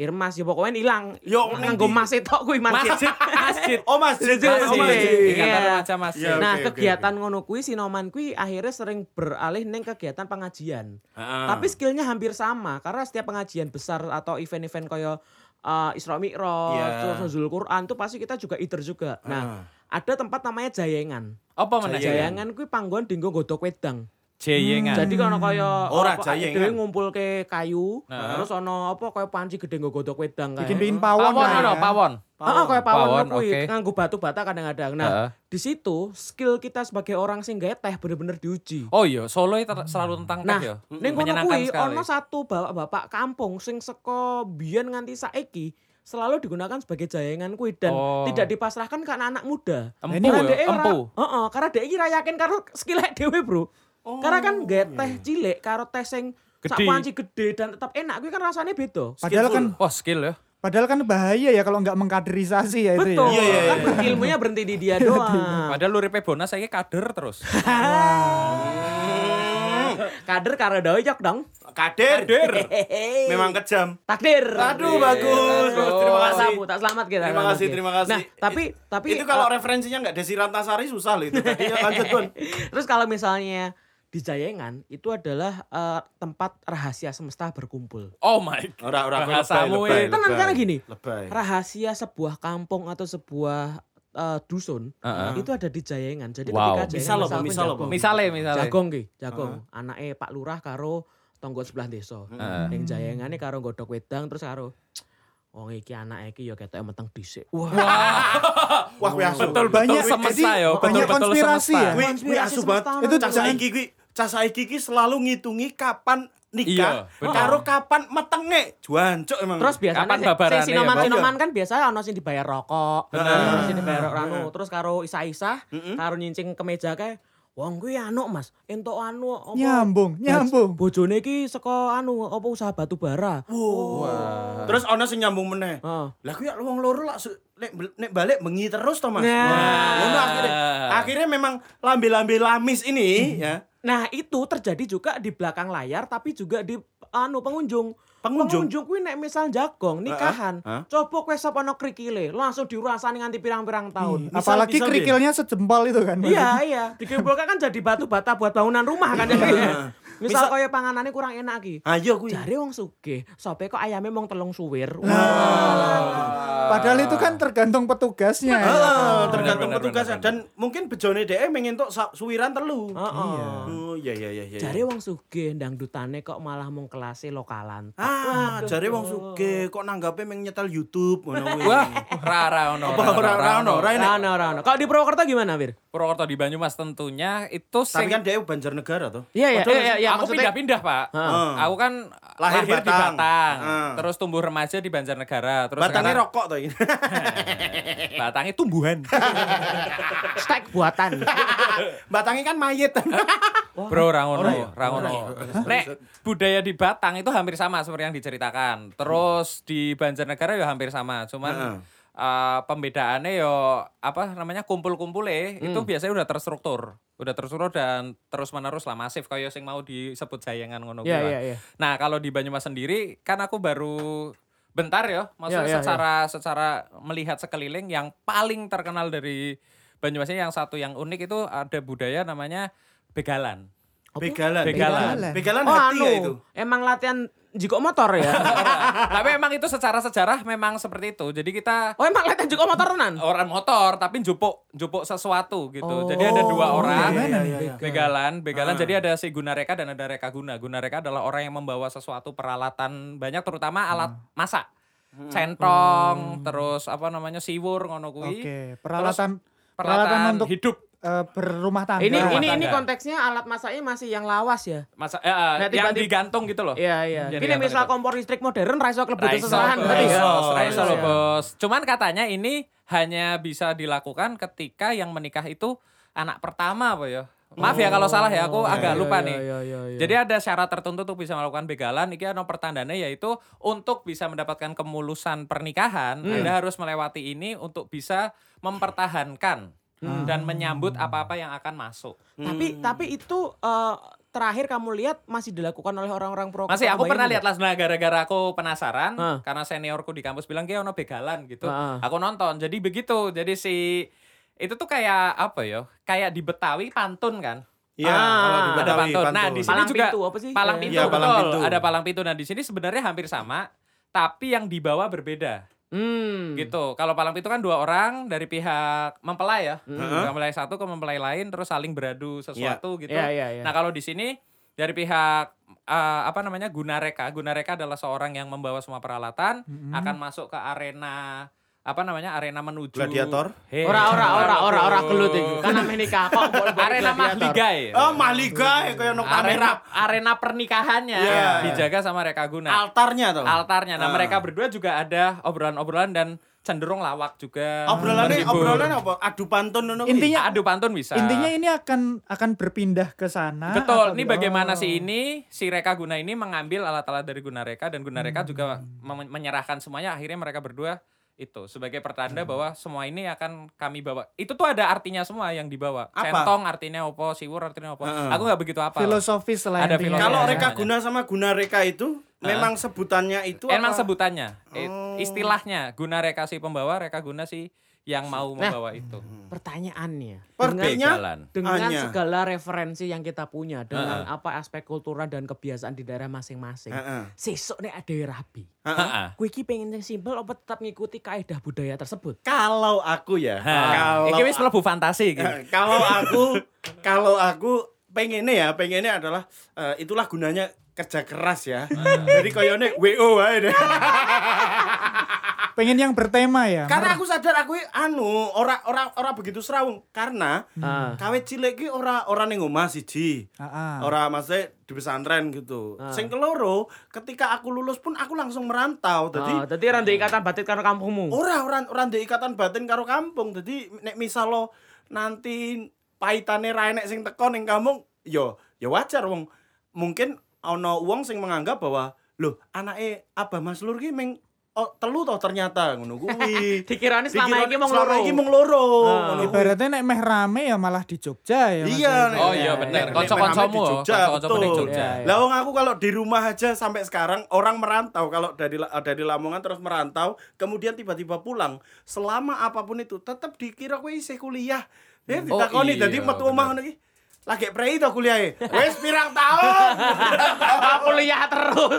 B: Irmas ya pokoknya ilang.
C: Yo,
B: nganggo
C: neng di-
B: mas tok kuwi masjid.
D: Masjid, masjid.
C: Oh, masjid.
D: Masjid,
C: Oh, masjid.
B: Iya.
D: Ikatan remaja masjid.
C: Iya.
B: nah,
C: oke, oke,
B: kegiatan ngono kuwi sinoman kuwi akhirnya sering beralih ning kegiatan pengajian.
C: Ah.
B: Tapi skillnya hampir sama karena setiap pengajian besar atau event-event koyo uh, Isra Mi'raj,
C: Iya.
B: terus Nuzul Quran tuh pasti kita juga either juga. Nah, ada tempat namanya Jayengan.
D: Apa meneh?
C: Jayangan.
B: Jayengan kuwi panggon dinggo godhog wedang.
D: Jeyengan.
B: Jadi kan ono kaya
C: Ora
B: apa, dhewe
C: jayengan.
B: ngumpulke kayu,
D: Nah.
B: terus ono apa kaya panci gede nggo godhok wedang kae.
E: Bikin-bikin pawon.
D: Pawon
E: lah
D: ono,
E: ya.
D: pawon.
B: Heeh, kaya pawon,
D: Pawon,
B: kuwi
D: oke.
B: nganggo batu bata kadang-kadang. Nah,
D: Heeh.
B: di situ skill kita sebagai orang sing gawe teh bener-bener diuji.
D: Oh iya, Solo itu ter- selalu tentang
B: Nah,
D: teh ya.
B: ning kono kuwi ono satu bapak-bapak kampung sing seko biyen nganti saiki selalu digunakan sebagai jayangan kuwi dan
D: Oh.
B: tidak dipasrahkan ke anak-anak muda.
D: Empu
B: Karena
D: ya,
B: dhek ora-
D: empu.
B: Heeh, karena dhek iki ra yakin karo skillnya dhewe, Bro.
E: Oh,
B: karena kan gawe
E: iya.
B: teh cilik karo teh sing sak
D: Gede.
B: panci gede dan tetap enak kuwi kan rasanya beda.
E: Padahal kan
D: Wah, skill ya.
E: padahal kan bahaya ya kalau nggak mengkaderisasi ya itu
B: Betul.
E: ya. Iya,
C: Iya, iya,
B: Kan ilmunya berhenti di dia doang.
D: Padahal uripe Bonas saiki kader terus.
B: Kader karo doyok dong.
C: Kader.
B: Hehehe.
C: Memang kejam.
B: takdir.
C: Aduh bagus, bagus. Terima
B: Tak
C: kasih.
B: sambut, tak selamat kita.
C: Terima kasih, terima kasih.
B: Nah, tapi
C: It-
B: tapi
C: itu kalau
B: eh,
C: referensinya nggak Desi Rantasari susah loh itu. Tadi ya lanjut Gun.
B: Terus kalau misalnya eh, di Jayengan itu adalah eh, tempat rahasia semesta berkumpul.
D: Oh my god.
C: Ora ora aku
D: Bahasamu,
C: lebay,
D: eh.
C: lebay,
B: Tenang
C: lebay.
B: karena gini,
C: Lebay.
B: rahasia sebuah kampung atau sebuah eh, dusun
D: Heeh.
B: itu ada di Jayengan. Jadi
D: Wow.
B: ketika Jayengan
C: Misal apa,
B: misalkan
C: misal apa?
B: Jagong.
D: Misale, misale.
B: Jagong ki, Jagong. Anake Pak Lurah karo tonggo sebelah desa. Ning Jayengane karo godhok wedang terus karo wong iki anake iki ya ketoke meteng dhisik. Wah,
C: Wah, kuwi asu.
D: Betul Iya. banyak
E: Jadi,
D: semesta ya,
E: banyak
D: betul-betul
E: konspirasi
D: semesta.
E: ya.
C: Kuwi kuwi
B: Konspirasi
C: asu banget.
B: semesta,
C: Itu
E: Mas.
C: cah saiki kuwi cah saiki ki selalu ngitungi kapan
D: Iya,
C: nikah
D: bener.
C: karo kapan metenge. Juancuk emang.
B: Terus biasanya
D: Kapan babarannya ya,
B: sinoman
D: Bang?
B: sinoman kan biasanya ono sing dibayar rokok, ono sing dibayar anu, terus karo isa-isa, karo nyincing ke meja kae. Wong kuwi anu Mas, entuk anu apa?
E: Nyambung, nyambung.
B: Bojone iki saka anu apa usaha batu bara.
C: terus ono sing nyambung meneh.
B: Heeh.
C: Lah kuwi wong loro lak su- nek nek balik bengi terus to Mas.
B: Nah.
C: ngono akhirnya. Akhirnya memang lambe-lambe lamis ini ya.
B: Nah, itu terjadi juga di belakang layar tapi juga di anu pengunjung.
C: Pengunjung?
B: kuwi nek misal jagong nikahan,
C: Heeh, heeh.
B: coba kowe sapa ono krikile, langsung dirasani nganti pirang-pirang tahun.
C: Misal-
E: Apalagi
C: misal deh.
E: kerikilnya sejempol itu kan.
B: Iya, iya. Dikumpulkan kan jadi batu bata buat bangunan rumah kan ya. Misal Iya.
C: Misal-
B: kaya panganannya kurang enak iki.
C: Ayo kuwi.
B: Jare wong sugih, sope kok ayamnya mung telung suwir.
D: Oh.
E: Padahal itu kan tergantung petugasnya. ya.
C: Heeh, tergantung
D: benar,
C: petugasnya
D: benar,
C: dan mungkin bejone dhek mengen tok sa- suwiran telu.
B: Heeh.
C: Oh iya iya iya iya.
B: Jare wong sugih dangdutane kok malah mung kelase lokalan.
C: Ah, jare wong sugih kok nanggape meng nyetel YouTube ngono kuwi.
D: Wah, ra ra ono.
C: Apa ora ora ono, ora enak.
B: Rano, rano. Kalau di Purwokerto gimana, Wir?
D: Purwokerto di Banyumas tentunya itu
C: Tapi
D: sing
C: kan dhek Banjarnegara to.
B: Iya, iya,
C: Padahal-
B: iya, iya.
D: aku
B: maksudnya-
D: pindah-pindah pak.
C: Heeh.
D: Aku kan
C: Lahir
D: lahir,
C: Batang.
D: di Batang,
C: Heeh.
D: terus tumbuh remaja di Banjarnegara, terus
C: Batangnya
D: sekarang-
C: rokok to ini.
D: batangnya tumbuhan.
B: Stek buatan.
C: Batangnya kan mayit.
D: Bro, ya, rangono,
B: ya?
D: rangono. Nek budaya di Batang itu hampir sama seperti yang diceritakan. Terus di Banjarnegara ya hampir sama,
C: Heeh.
D: cuman eh, pembedaannya yo apa namanya
B: Hmm.
D: kumpul-kumpule itu biasanya udah terstruktur, udah terstruktur dan terus menerus lah masif kayak sing mau disebut jayangan ngono
B: Iya,
D: kuwi lah.
B: iya, iya.
D: Nah, kalau di Banyumas sendiri kan aku baru bentar ya, maksudnya
B: Ya, ya,
D: secara secara melihat sekeliling yang paling terkenal dari Banyumas ini yang satu yang unik itu ada budaya namanya begalan.
C: Begalan.
D: Begalan.
C: Begalan
B: Oh,
C: hati ya itu.
B: anu. Emang latihan jiko motor ya?
D: tapi emang itu secara sejarah memang seperti itu. Jadi kita
B: Oh, emang latihan jiko motor tenan?
D: orang motor tapi jupuk jupuk sesuatu gitu. Jadi
B: Oh,
D: ada dua orang.
B: iya,
E: gimana nih?
D: Begalan, begalan.
B: Ah.
D: Jadi ada si guna reka dan ada reka guna. Guna reka adalah orang yang membawa sesuatu peralatan banyak terutama alat
B: Hmm.
D: masak. Centong, terus apa namanya siwur ngono kuwi.
E: Oke, peralatan
D: Terus peralatan
E: untuk
D: hidup.
E: eh, berumah tangga.
B: Ini ini
D: Rumah
B: ini
D: tangga.
B: konteksnya alat masaknya masih yang lawas ya.
D: Masa eh, eh,
B: Nah,
D: yang
B: tiba-tiba-
D: digantung gitu loh.
B: Iya iya.
D: Jadi
B: Ini
D: yang
B: misal
D: tergantung.
B: kompor listrik modern raiso kelebu
D: Raiso,
B: seserahan tadi ya.
D: Raiso, Raiso
B: Raiso,
D: loh,
B: ya.
D: bos. Cuman katanya ini hanya bisa dilakukan ketika yang menikah itu anak pertama apa ya? Maaf ya kalau salah ya, aku
B: Oh,
D: agak
B: iya,
D: lupa
B: iya,
D: nih.
B: iya, iya, iya.
D: Jadi ada syarat tertentu untuk bisa melakukan begalan. Iki ano pertandanya yaitu untuk bisa mendapatkan kemulusan pernikahan,
B: Hmm.
D: Anda harus melewati ini untuk bisa mempertahankan
B: Hmm.
D: dan menyambut apa-apa yang akan masuk.
B: Tapi tapi itu eh, terakhir kamu lihat masih dilakukan oleh orang-orang pro.
D: Masih aku pernah lihat lah nah, gara-gara aku penasaran
B: Heeh.
D: karena seniorku di kampus bilang kayak ono begalan gitu.
B: Heeh.
D: Aku nonton. Jadi begitu. Jadi si itu tuh kayak apa ya? Kayak di Betawi pantun kan.
C: Iya,
B: Ah,
C: kalau di
D: ada
C: Betawi,
D: pantun. Nah,
C: pantun.
D: di sini
B: Palang
D: juga
B: pintu apa sih?
D: Palang
B: Iya.
D: pintu,
C: Iya, palang
D: betul.
C: pintu.
D: Ada palang pintu. Nah, di sini sebenarnya hampir sama, tapi yang dibawa berbeda.
B: Hmm.
D: gitu. Kalau palang pintu kan dua orang dari pihak mempelai ya,
B: Hmm.
D: mempelai satu ke mempelai lain terus saling beradu sesuatu gitu.
B: Iya, iya, iya.
D: Nah kalau di sini dari pihak eh, apa namanya Gunareka, Gunareka adalah seorang yang membawa semua peralatan
C: Hmm.
D: akan masuk ke arena apa namanya arena menuju
C: Gladiator?
D: Hei,
B: Ora ora ora
D: jangan,
B: ora ora
D: Bro.
B: kelut iki. Kan ame nikah kok boleh
D: gitu. Oh. Arena mahligai.
C: Oh, maligai kayak nong
D: Iya. arena
C: kamera.
D: arena pernikahannya
C: Iya.
D: dijaga sama Reka Guna.
C: Altarnya tuh.
D: altarnya.
C: Ah.
D: Nah, mereka berdua juga ada obrolan-obrolan dan cenderung lawak juga.
C: Obrolannya
D: Menghibur.
C: obrolan apa? Adu pantun ngono kuwi.
E: Intinya
D: Adu pantun bisa.
E: Intinya
C: ya,
E: ini akan akan berpindah ke
D: Nah,
E: sana. atau
D: Betul, ini
E: gitu.
D: bagaimana
E: Oh.
D: sih ini si Reka Guna ini mengambil alat-alat dari Guna Reka dan Guna
C: Hmm.
D: Reka juga mem- menyerahkan semuanya akhirnya mereka berdua itu sebagai pertanda
C: Hmm.
D: bahwa semua ini akan kami bawa. Itu tuh ada artinya semua yang dibawa.
C: Apa?
D: Centong artinya opo, siwur artinya opo.
C: Heeh.
D: Aku nggak begitu apa.
E: Filosofis lah
D: Ada
E: intinya.
C: Kalau
D: Iya,
C: reka
D: iya.
C: guna sama guna reka itu memang sebutannya itu
D: Emang
C: apa?
D: sebutannya, eh,
C: Oh.
D: istilahnya guna reka si pembawa, reka guna si yang mau
B: Nah.
D: membawa itu.
B: Pertanyaannya.
C: Perbedaannya
B: Dengan
D: Begalan.
B: dengan
C: Hanya.
B: segala referensi yang kita punya dengan apa aspek kultural dan kebiasaan di daerah masing-masing.
C: Heeh.
B: Sesuk nek ada rabi.
D: Ha-ha.
B: Kuwi iki pengen yang simpel apa tetap ngikuti kaedah budaya tersebut?
C: Kalau aku ya,
D: Ah,
C: kalau Eh.
D: Iki wis mlebu fantasi iki.
C: kalau aku kalau aku pengennya ya pengennya adalah eh, itulah gunanya kerja keras ya jadi koyone wo aja deh.
E: Pengen yang bertema ya.
C: karena aku sadar aku i- anu ora ora ora begitu serawung karena
B: Ah.
C: kawe cilik ki ora ora ning omah siji
E: Ah, ah.
C: ora maksudnya di pesantren gitu
B: Ah.
C: sing keloro ketika aku lulus pun aku langsung merantau jadi
B: Oh, dadi ora ndek ikatan batin karo kampungmu.
C: Ora ora ora ndek ikatan batin karo kampung. Dadi nek misal lo nanti paitane ra enek sing teko ning kampung, ya ya wajar wong mungkin ana wong sing menganggap bahwa loh anake Abah Mas Lur ki meng o- telu toh ternyata ngono kuwi.
B: Dikirani selama
C: Dikirani
B: iki mong
C: selama
B: loro. Ah.
C: iki mung loro. Ngono kuwi.
E: Ibaratnya nek meh rame ya malah di Jogja ya. Mas
C: Iya,
E: Eko.
C: Nek.
D: Oh iya bener,
C: Nek-
D: konco-koncomu,
C: Nek- Nek- Jogja,
D: konco-koncomu di
C: betul.
D: Jogja.
B: Iya, iya.
C: Lah wong aku kalau di rumah aja sampai sekarang orang merantau kalau dari La- dari Lamongan terus merantau, kemudian tiba-tiba pulang, selama apapun itu tetap dikira kowe isih kuliah. Ya
D: Oh,
C: ditakoni
D: iya,
C: dadi metu omah
D: bener.
C: ngono iki. Lagi prei to kuliahe. Wis pirang tahun.
B: Aku lihat terus.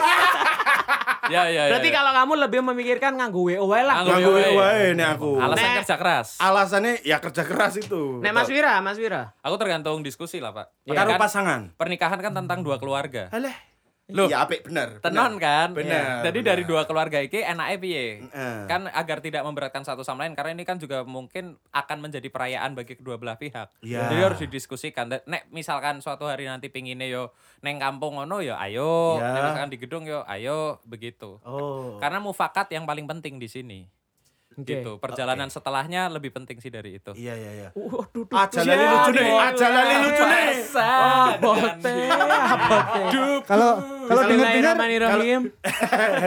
D: Ya ya ya.
B: Berarti
D: ya.
B: kalau kamu lebih memikirkan nganggo WO wae lah.
D: Nganggo
C: Nganggo
D: Iya, iya.
C: wae nek aku.
D: alasan
B: Nek-
D: kerja keras.
C: Alasannya ya kerja keras itu.
B: Nek Mas Wira, Mas Wira.
D: Aku tergantung diskusi lah, Pak.
C: karo
D: Kan
C: pasangan.
D: Pernikahan kan tentang
C: Hmm.
D: dua keluarga.
C: Alah.
D: Loh.
C: Ya apik bener. bener.
D: Tenon iya, kan?
C: Bener.
D: Jadi dari dua keluarga iki enake piye?
C: Heeh.
D: Kan agar tidak memberatkan satu sama lain karena ini kan juga mungkin akan menjadi perayaan bagi kedua belah pihak.
C: Iya.
D: Jadi harus didiskusikan. Dan Nek misalkan suatu hari nanti pingine yo neng kampung ono yo ayo,
C: Iya.
D: Nek misalkan di gedung yo ayo begitu.
C: Oh.
D: Karena mufakat yang paling penting di sini. Gitu. Perjalanan setelahnya lebih penting sih dari itu.
C: Iya iya iya.
B: Waduh,
C: Aja lali lucu nih, aja lali lucu nih.
B: bote, bote.
E: Kalau kalau dengar-dengar
B: Bismillahirrahmanirrahim.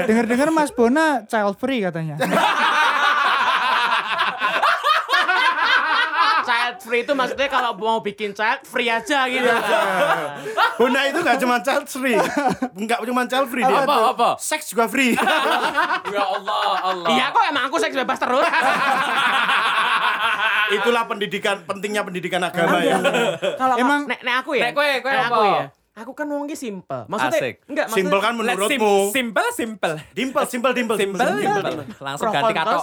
E: dengar-dengar Mas Bona child free katanya.
B: Ah, Child free itu maksudnya kalau mau bikin child free aja gitu.
C: Bunda itu gak cuma child free, nggak cuma child free dia.
D: Apa,
C: tuh
D: apa?
C: Seks juga free.
D: Ya Allah, Allah.
B: Iya kok emang aku seks bebas terus.
C: Itulah pendidikan pentingnya pendidikan agama ya.
B: Kalau
E: Emang-
B: nek nek aku ya.
D: Nek kowe, kowe
B: nek aku
D: apa?
B: ya. Aku kan wong ki simple. Maksudnya
D: Asik.
B: enggak maksudnya
C: Simpel kan
D: Let's sim-
C: menurutmu?
D: Simple, simple.
C: Dimple, simple, dimple,
D: Simple, simple. Langsung ganti katok.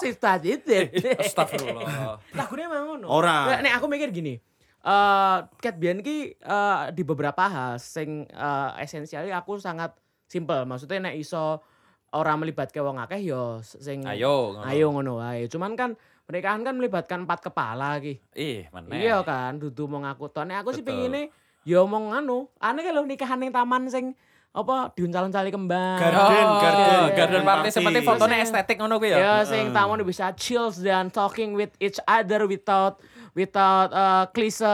D: Astagfirullah.
B: Lagunya emang ngono.
C: Ora.
B: Nek- Nek aku mikir gini. eh Cat Bian ki eh, di beberapa hal sing eh, esensialnya aku sangat simple. Maksudnya nek iso ora melibatke wong akeh yo sing
D: Ayo, ngono.
B: ayo ngono wae. Cuman kan pernikahan kan melibatkan empat kepala ki.
D: Ih, mana?
B: Iya kan, dudu mau ngaku to. Nek aku sih
D: Betul.
B: pengine ya omong anu, aneh kan lho nikahan ning taman sing apa diuncal-uncali kembang.
C: Garden, garden,
D: Ya, Iya, garden party seperti fotonya estetik ngono kuwi ya.
B: Ya, Iya, sing tamu nih bisa chills dan talking with each other without without uh, klise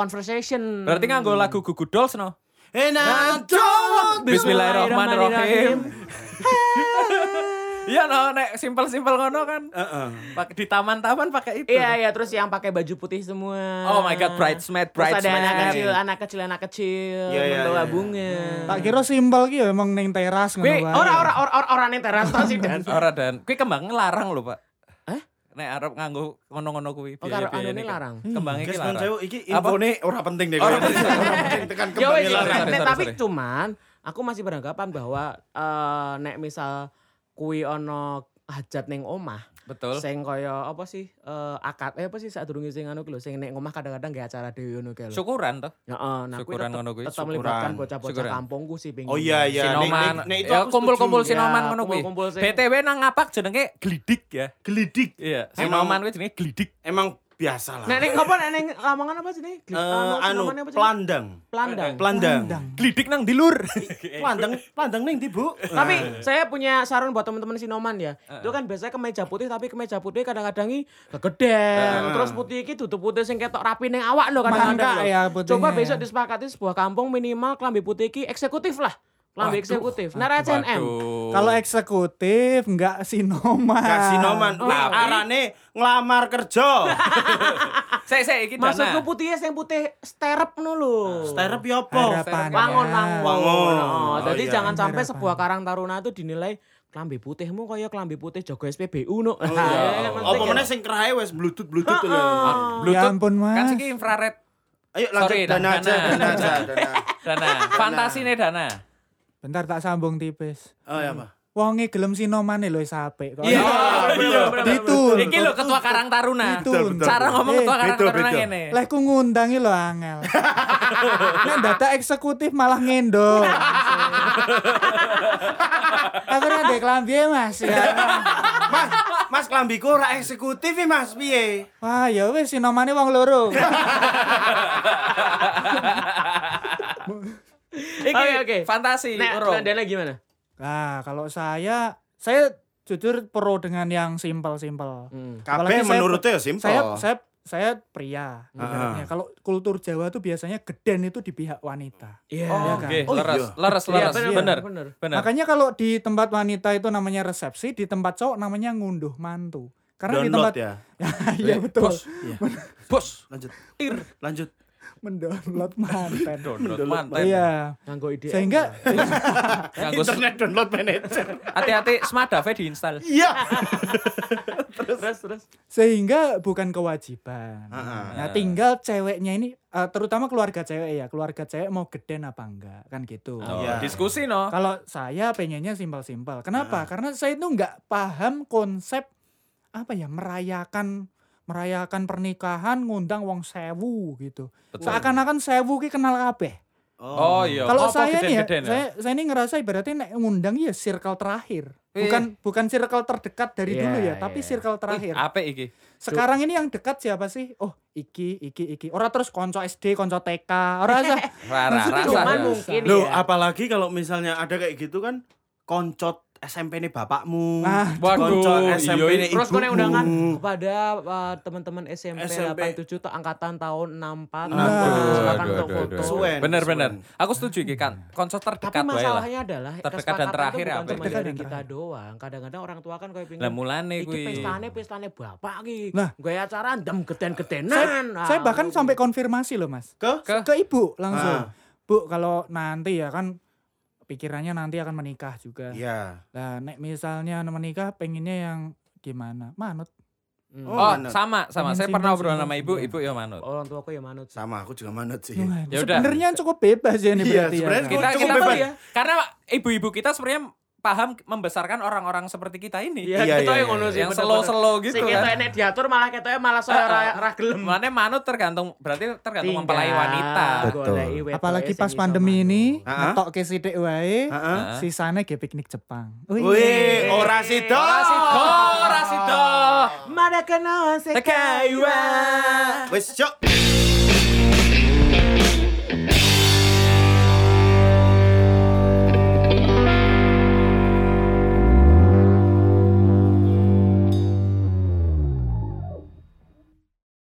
B: conversation.
D: Berarti nganggo lagu Gugu Dolls no.
C: And I don't
B: Iya,
C: want this-
D: Bismillahirrahmanirrahim. Iya no, nek simpel-simpel ngono kan.
C: Heeh.
D: Pak di taman-taman pakai itu.
B: Iya iya terus yang pakai baju putih semua.
D: Oh my god, bridesmaid,
B: Terus ada anak kecil,
D: bridesmaid.
B: anak kecil, anak kecil
C: Iya, iya,
B: membawa
C: iya.
B: bunga.
E: Tak kira simpel ki ya emang ning teras ngono
D: Wih,
E: wae.
B: Ora ora ora ora ora ning teras tau sih dan.
D: Ora dan kuwi kembang larang lho, Pak.
B: Hah?
D: Nek arep nganggo ngono-ngono kuwi
B: Oh, karo
D: biaya-biaya
B: anune
D: nikah.
B: larang.
D: Kembang iki
C: Guys, nuwun
D: larang.
C: sewu, iki
D: Apa?
C: infone ora penting deh.
D: Ora
C: kayaknya. Ora penting tekan
B: Ya
C: kembali
B: wes,
D: Sorry,
B: nek-
C: larang.
D: sorry,
B: nek
D: sorry,
B: tapi
D: sorry.
B: cuman aku masih beranggapan bahwa eh, nek misal kui ono hajat ning omah,
D: Betul.
B: Sing kaya apa sih eh, akad eh apa sih sadurunge sing anu ki lho sing nek ngomah kadang-kadang gak acara dhewe ngono ki lho.
D: Syukuran toh.
B: Heeh, nah kuwi
D: syukuran
B: tetep-
D: ngono kuwi,
B: tetep
D: syukuran.
B: melibatkan bocah-bocah
D: Syukuran.
B: kampungku sih pengen.
C: Oh iya iya. Nek-
D: Sinoman.
C: nek- nek itu
D: ya
C: aku
D: kumpul-kumpul
C: setuju.
D: sinoman
B: Ya,
D: ngono kuwi.
B: kumpul-kumpul sing-
D: BTW nang ngapak jenenge glidik ya.
C: Gelidik.
D: Iya,
C: Emang-
D: sinoman kuwi jenenge glidik.
C: Emang biasa lah.
B: Nek ning apa nek ning lamongan apa sih nih?
C: Eh,
B: anu
C: anu
B: namanya apa sih?
C: pelandang.
B: Pelandang.
C: Pelandang.
D: Glidik nang dilur.
C: Pelandang, pelandang ning ndi, Bu?
B: Tapi saya punya saran buat teman-teman sinoman ya. Itu kan biasanya kemeja putih tapi kemeja putih kadang-kadang ini kegedean. Terus putih iki tutup putih sing ketok rapi ning awak lho kadang-kadang.
E: Mangkak
B: lho.
E: ya putihnya
B: Coba
E: ya.
B: besok disepakati sebuah kampung minimal klambi putih iki eksekutif lah. Klambi
D: Waduh.
B: eksekutif. Nah, CNM.
E: Kalau eksekutif nggak sinoman.
C: Gak sinoman.
D: Oh,
C: Wih,
D: tapi-
C: arane ngelamar kerja.
D: saya saya iki dana.
B: Maksudku putihnya sing putih sterep nu lho.
C: Sterep ya apa?
E: Harapannya.
B: Wangon wangon.
C: Wangon.
B: Oh,
C: Oh,
B: jadi
C: iya.
B: jangan sampai
E: Harapan.
B: sebuah karang taruna itu dinilai klambi putihmu kaya klambi putih jago SPBU nu.
C: Nah,
D: iya.
C: Apa meneh Oh, sing kerahe wes blutut-blutut tuh lho.
E: Ya ampun mas.
D: Kan siki infrared
C: Ayo lanjut
D: Sorry,
C: dana
D: dana.
C: aja, dana aja, dana.
D: dana. Fantasine dana.
E: Bentar tak sambung tipis.
C: Oh ya, Pak.
E: Wonge gelem sinoman e lho sape kok.
D: Iya,
E: Ditun.
D: Iki lho ketua Karang Taruna.
E: Ditun.
D: Cara ngomong ketua Karang
C: betul,
D: Taruna
C: betul.
D: ngene.
E: Leh ku Eh, ngundangi lho angel. Nek data eksekutif malah ngendong. Aku nek ndek klambi Mas. Ya.
C: Mas, Mas klambiku ora eksekutif ya, Mas piye?
E: Wah, ya wis sinomane wong loro.
B: Oke,
D: Iki
B: oke.
D: fantasi
B: Nek
D: urung.
B: Dana gimana?
E: Nah, kalau saya saya jujur pro dengan yang simpel-simpel.
B: Hmm.
E: Apalagi
C: Kabeh
E: saya-
C: menurutnya ya simpel. Ah.
E: Saya saya saya pria. ibaratnya. Kalau kultur Jawa tuh biasanya geden itu di pihak wanita.
B: Iya.
D: Oh,
E: kan?
D: Oke,
C: Oh,
D: leres,
C: iya.
D: leres,
B: Iya,
D: leres.
B: bener,
D: Bener,
B: bener.
D: bener.
E: Makanya kalau di tempat wanita itu namanya resepsi, di tempat cowok namanya ngunduh mantu. Karena di
C: download
E: tempat
C: ya.
E: Iya betul.
D: Bos,
C: Lanjut. Lanjut.
E: Mendownload manten.
D: download manten.
E: Iya.
B: Nganggo ide.
E: Sehingga
D: Nganggo s-
C: Internet download manager.
D: hati-hati Smadave diinstal.
C: Iya.
B: terus terus.
E: sehingga bukan kewajiban.
C: Ah,
E: Nah, tinggal ceweknya ini eh, terutama keluarga cewek ya, keluarga cewek mau geden apa enggak kan gitu.
D: Oh,
C: Iya.
D: Diskusi no.
E: Kalau saya pengennya simpel-simpel. Kenapa? Karena saya itu nggak paham konsep apa ya merayakan merayakan pernikahan ngundang wong sewu gitu. Seakan-akan sewu ki kenal kabeh.
D: Oh iya. Apa
E: Kalau saya nih ya,
D: geden-geden
E: saya, saya ini ngerasa ibaratnya nek ngundang ya circle terakhir.
D: Iya.
E: Bukan bukan circle terdekat dari
B: Iya,
E: dulu ya,
B: iya.
E: tapi circle terakhir.
D: Wih, apik iki?
E: Sekarang ini yang dekat siapa sih? Oh, iki iki iki. Ora terus konco SD, konco TK, ora usah.
D: Rara,
E: Maksudnya
D: rasa.
B: Cuman
E: ada.
B: mungkin
C: Loh,
B: ya.
C: apalagi kalau misalnya ada kayak gitu kan koncot SMP nih bapakmu.
E: Ah,
D: Waduh,
C: koncot
D: iya,
C: SMP
D: iya.
C: nih
B: Terus kau
C: ibumu.
B: undangan kepada uh, teman-teman SMP,
C: SMP.
B: 87 tuh angkatan tahun 64.
C: Nah,
E: aduh,
B: silakan
D: aduh,
B: untuk
D: aduh,
B: foto.
D: aduh.
C: Suwen,
D: Bener,
C: suwen.
D: bener. Aku setuju iki kan. Konser
B: Tapi
D: terdekat wae lah.
B: masalahnya adalah
D: Terdekat dan
B: kesepakatan
D: terakhir
B: itu
D: ya,
B: bukan
D: apa
B: cuma
E: itu?
B: dari
E: Terdekat dan
B: kita doang. Kadang-kadang orang tua kan kayak pengen
D: Lah mulane
B: Iki
D: kuwi.
B: pestane pestane bapak ki.
E: Nah.
B: gaya acara ndem
E: saya,
B: geden-gedenan. Ah,
E: saya bahkan sampai konfirmasi loh, Mas.
C: Ke?
D: Ke?
E: Ke ibu
C: Ah.
E: langsung. Bu, kalau nanti ya kan pikirannya nanti akan menikah juga.
C: Iya.
E: Nah, nek misalnya menikah pengennya yang gimana? Manut.
B: Hmm.
C: Oh,
D: Oh,
C: manut.
D: sama, sama.
E: Pengen
D: Saya
E: simpel,
D: pernah obrolan
E: simpel,
D: sama ibu,
E: simpel.
D: ibu ya manut.
B: Orang tua aku ya manut sih.
C: Sama aku juga manut sih.
E: Wah,
D: Ya udah.
E: Sebenarnya cukup bebas ya ini
C: Iya,
E: berarti ya.
C: sebenarnya
E: kan?
D: Kita
C: Cukup
D: kita
C: bebas.
D: ya. Karena ibu-ibu kita sebenarnya paham membesarkan orang-orang seperti kita ini.
B: Iya,
C: Iya,
B: kita
C: iya,
B: yang ngono
C: iya.
B: sih.
D: Yang
B: bener-bener.
D: slow-slow
B: Si
D: gitu
B: kita
D: kan. Ah,
B: enek diatur malah kita malah saya ra- ra gelem.
D: Mana manut tergantung berarti tergantung mempelai wanita.
C: Betul.
E: Apalagi pas pandemi ini,
C: Ah.
E: ngetok ke sidik wae,
C: Heeh.
E: sisanya ke piknik Jepang. Wih.
C: Wih, ora sido.
D: Oh, Rasido, Rasido.
B: Mana kena
D: Kaiwa.
B: sekaiwa.
C: Wes, yuk.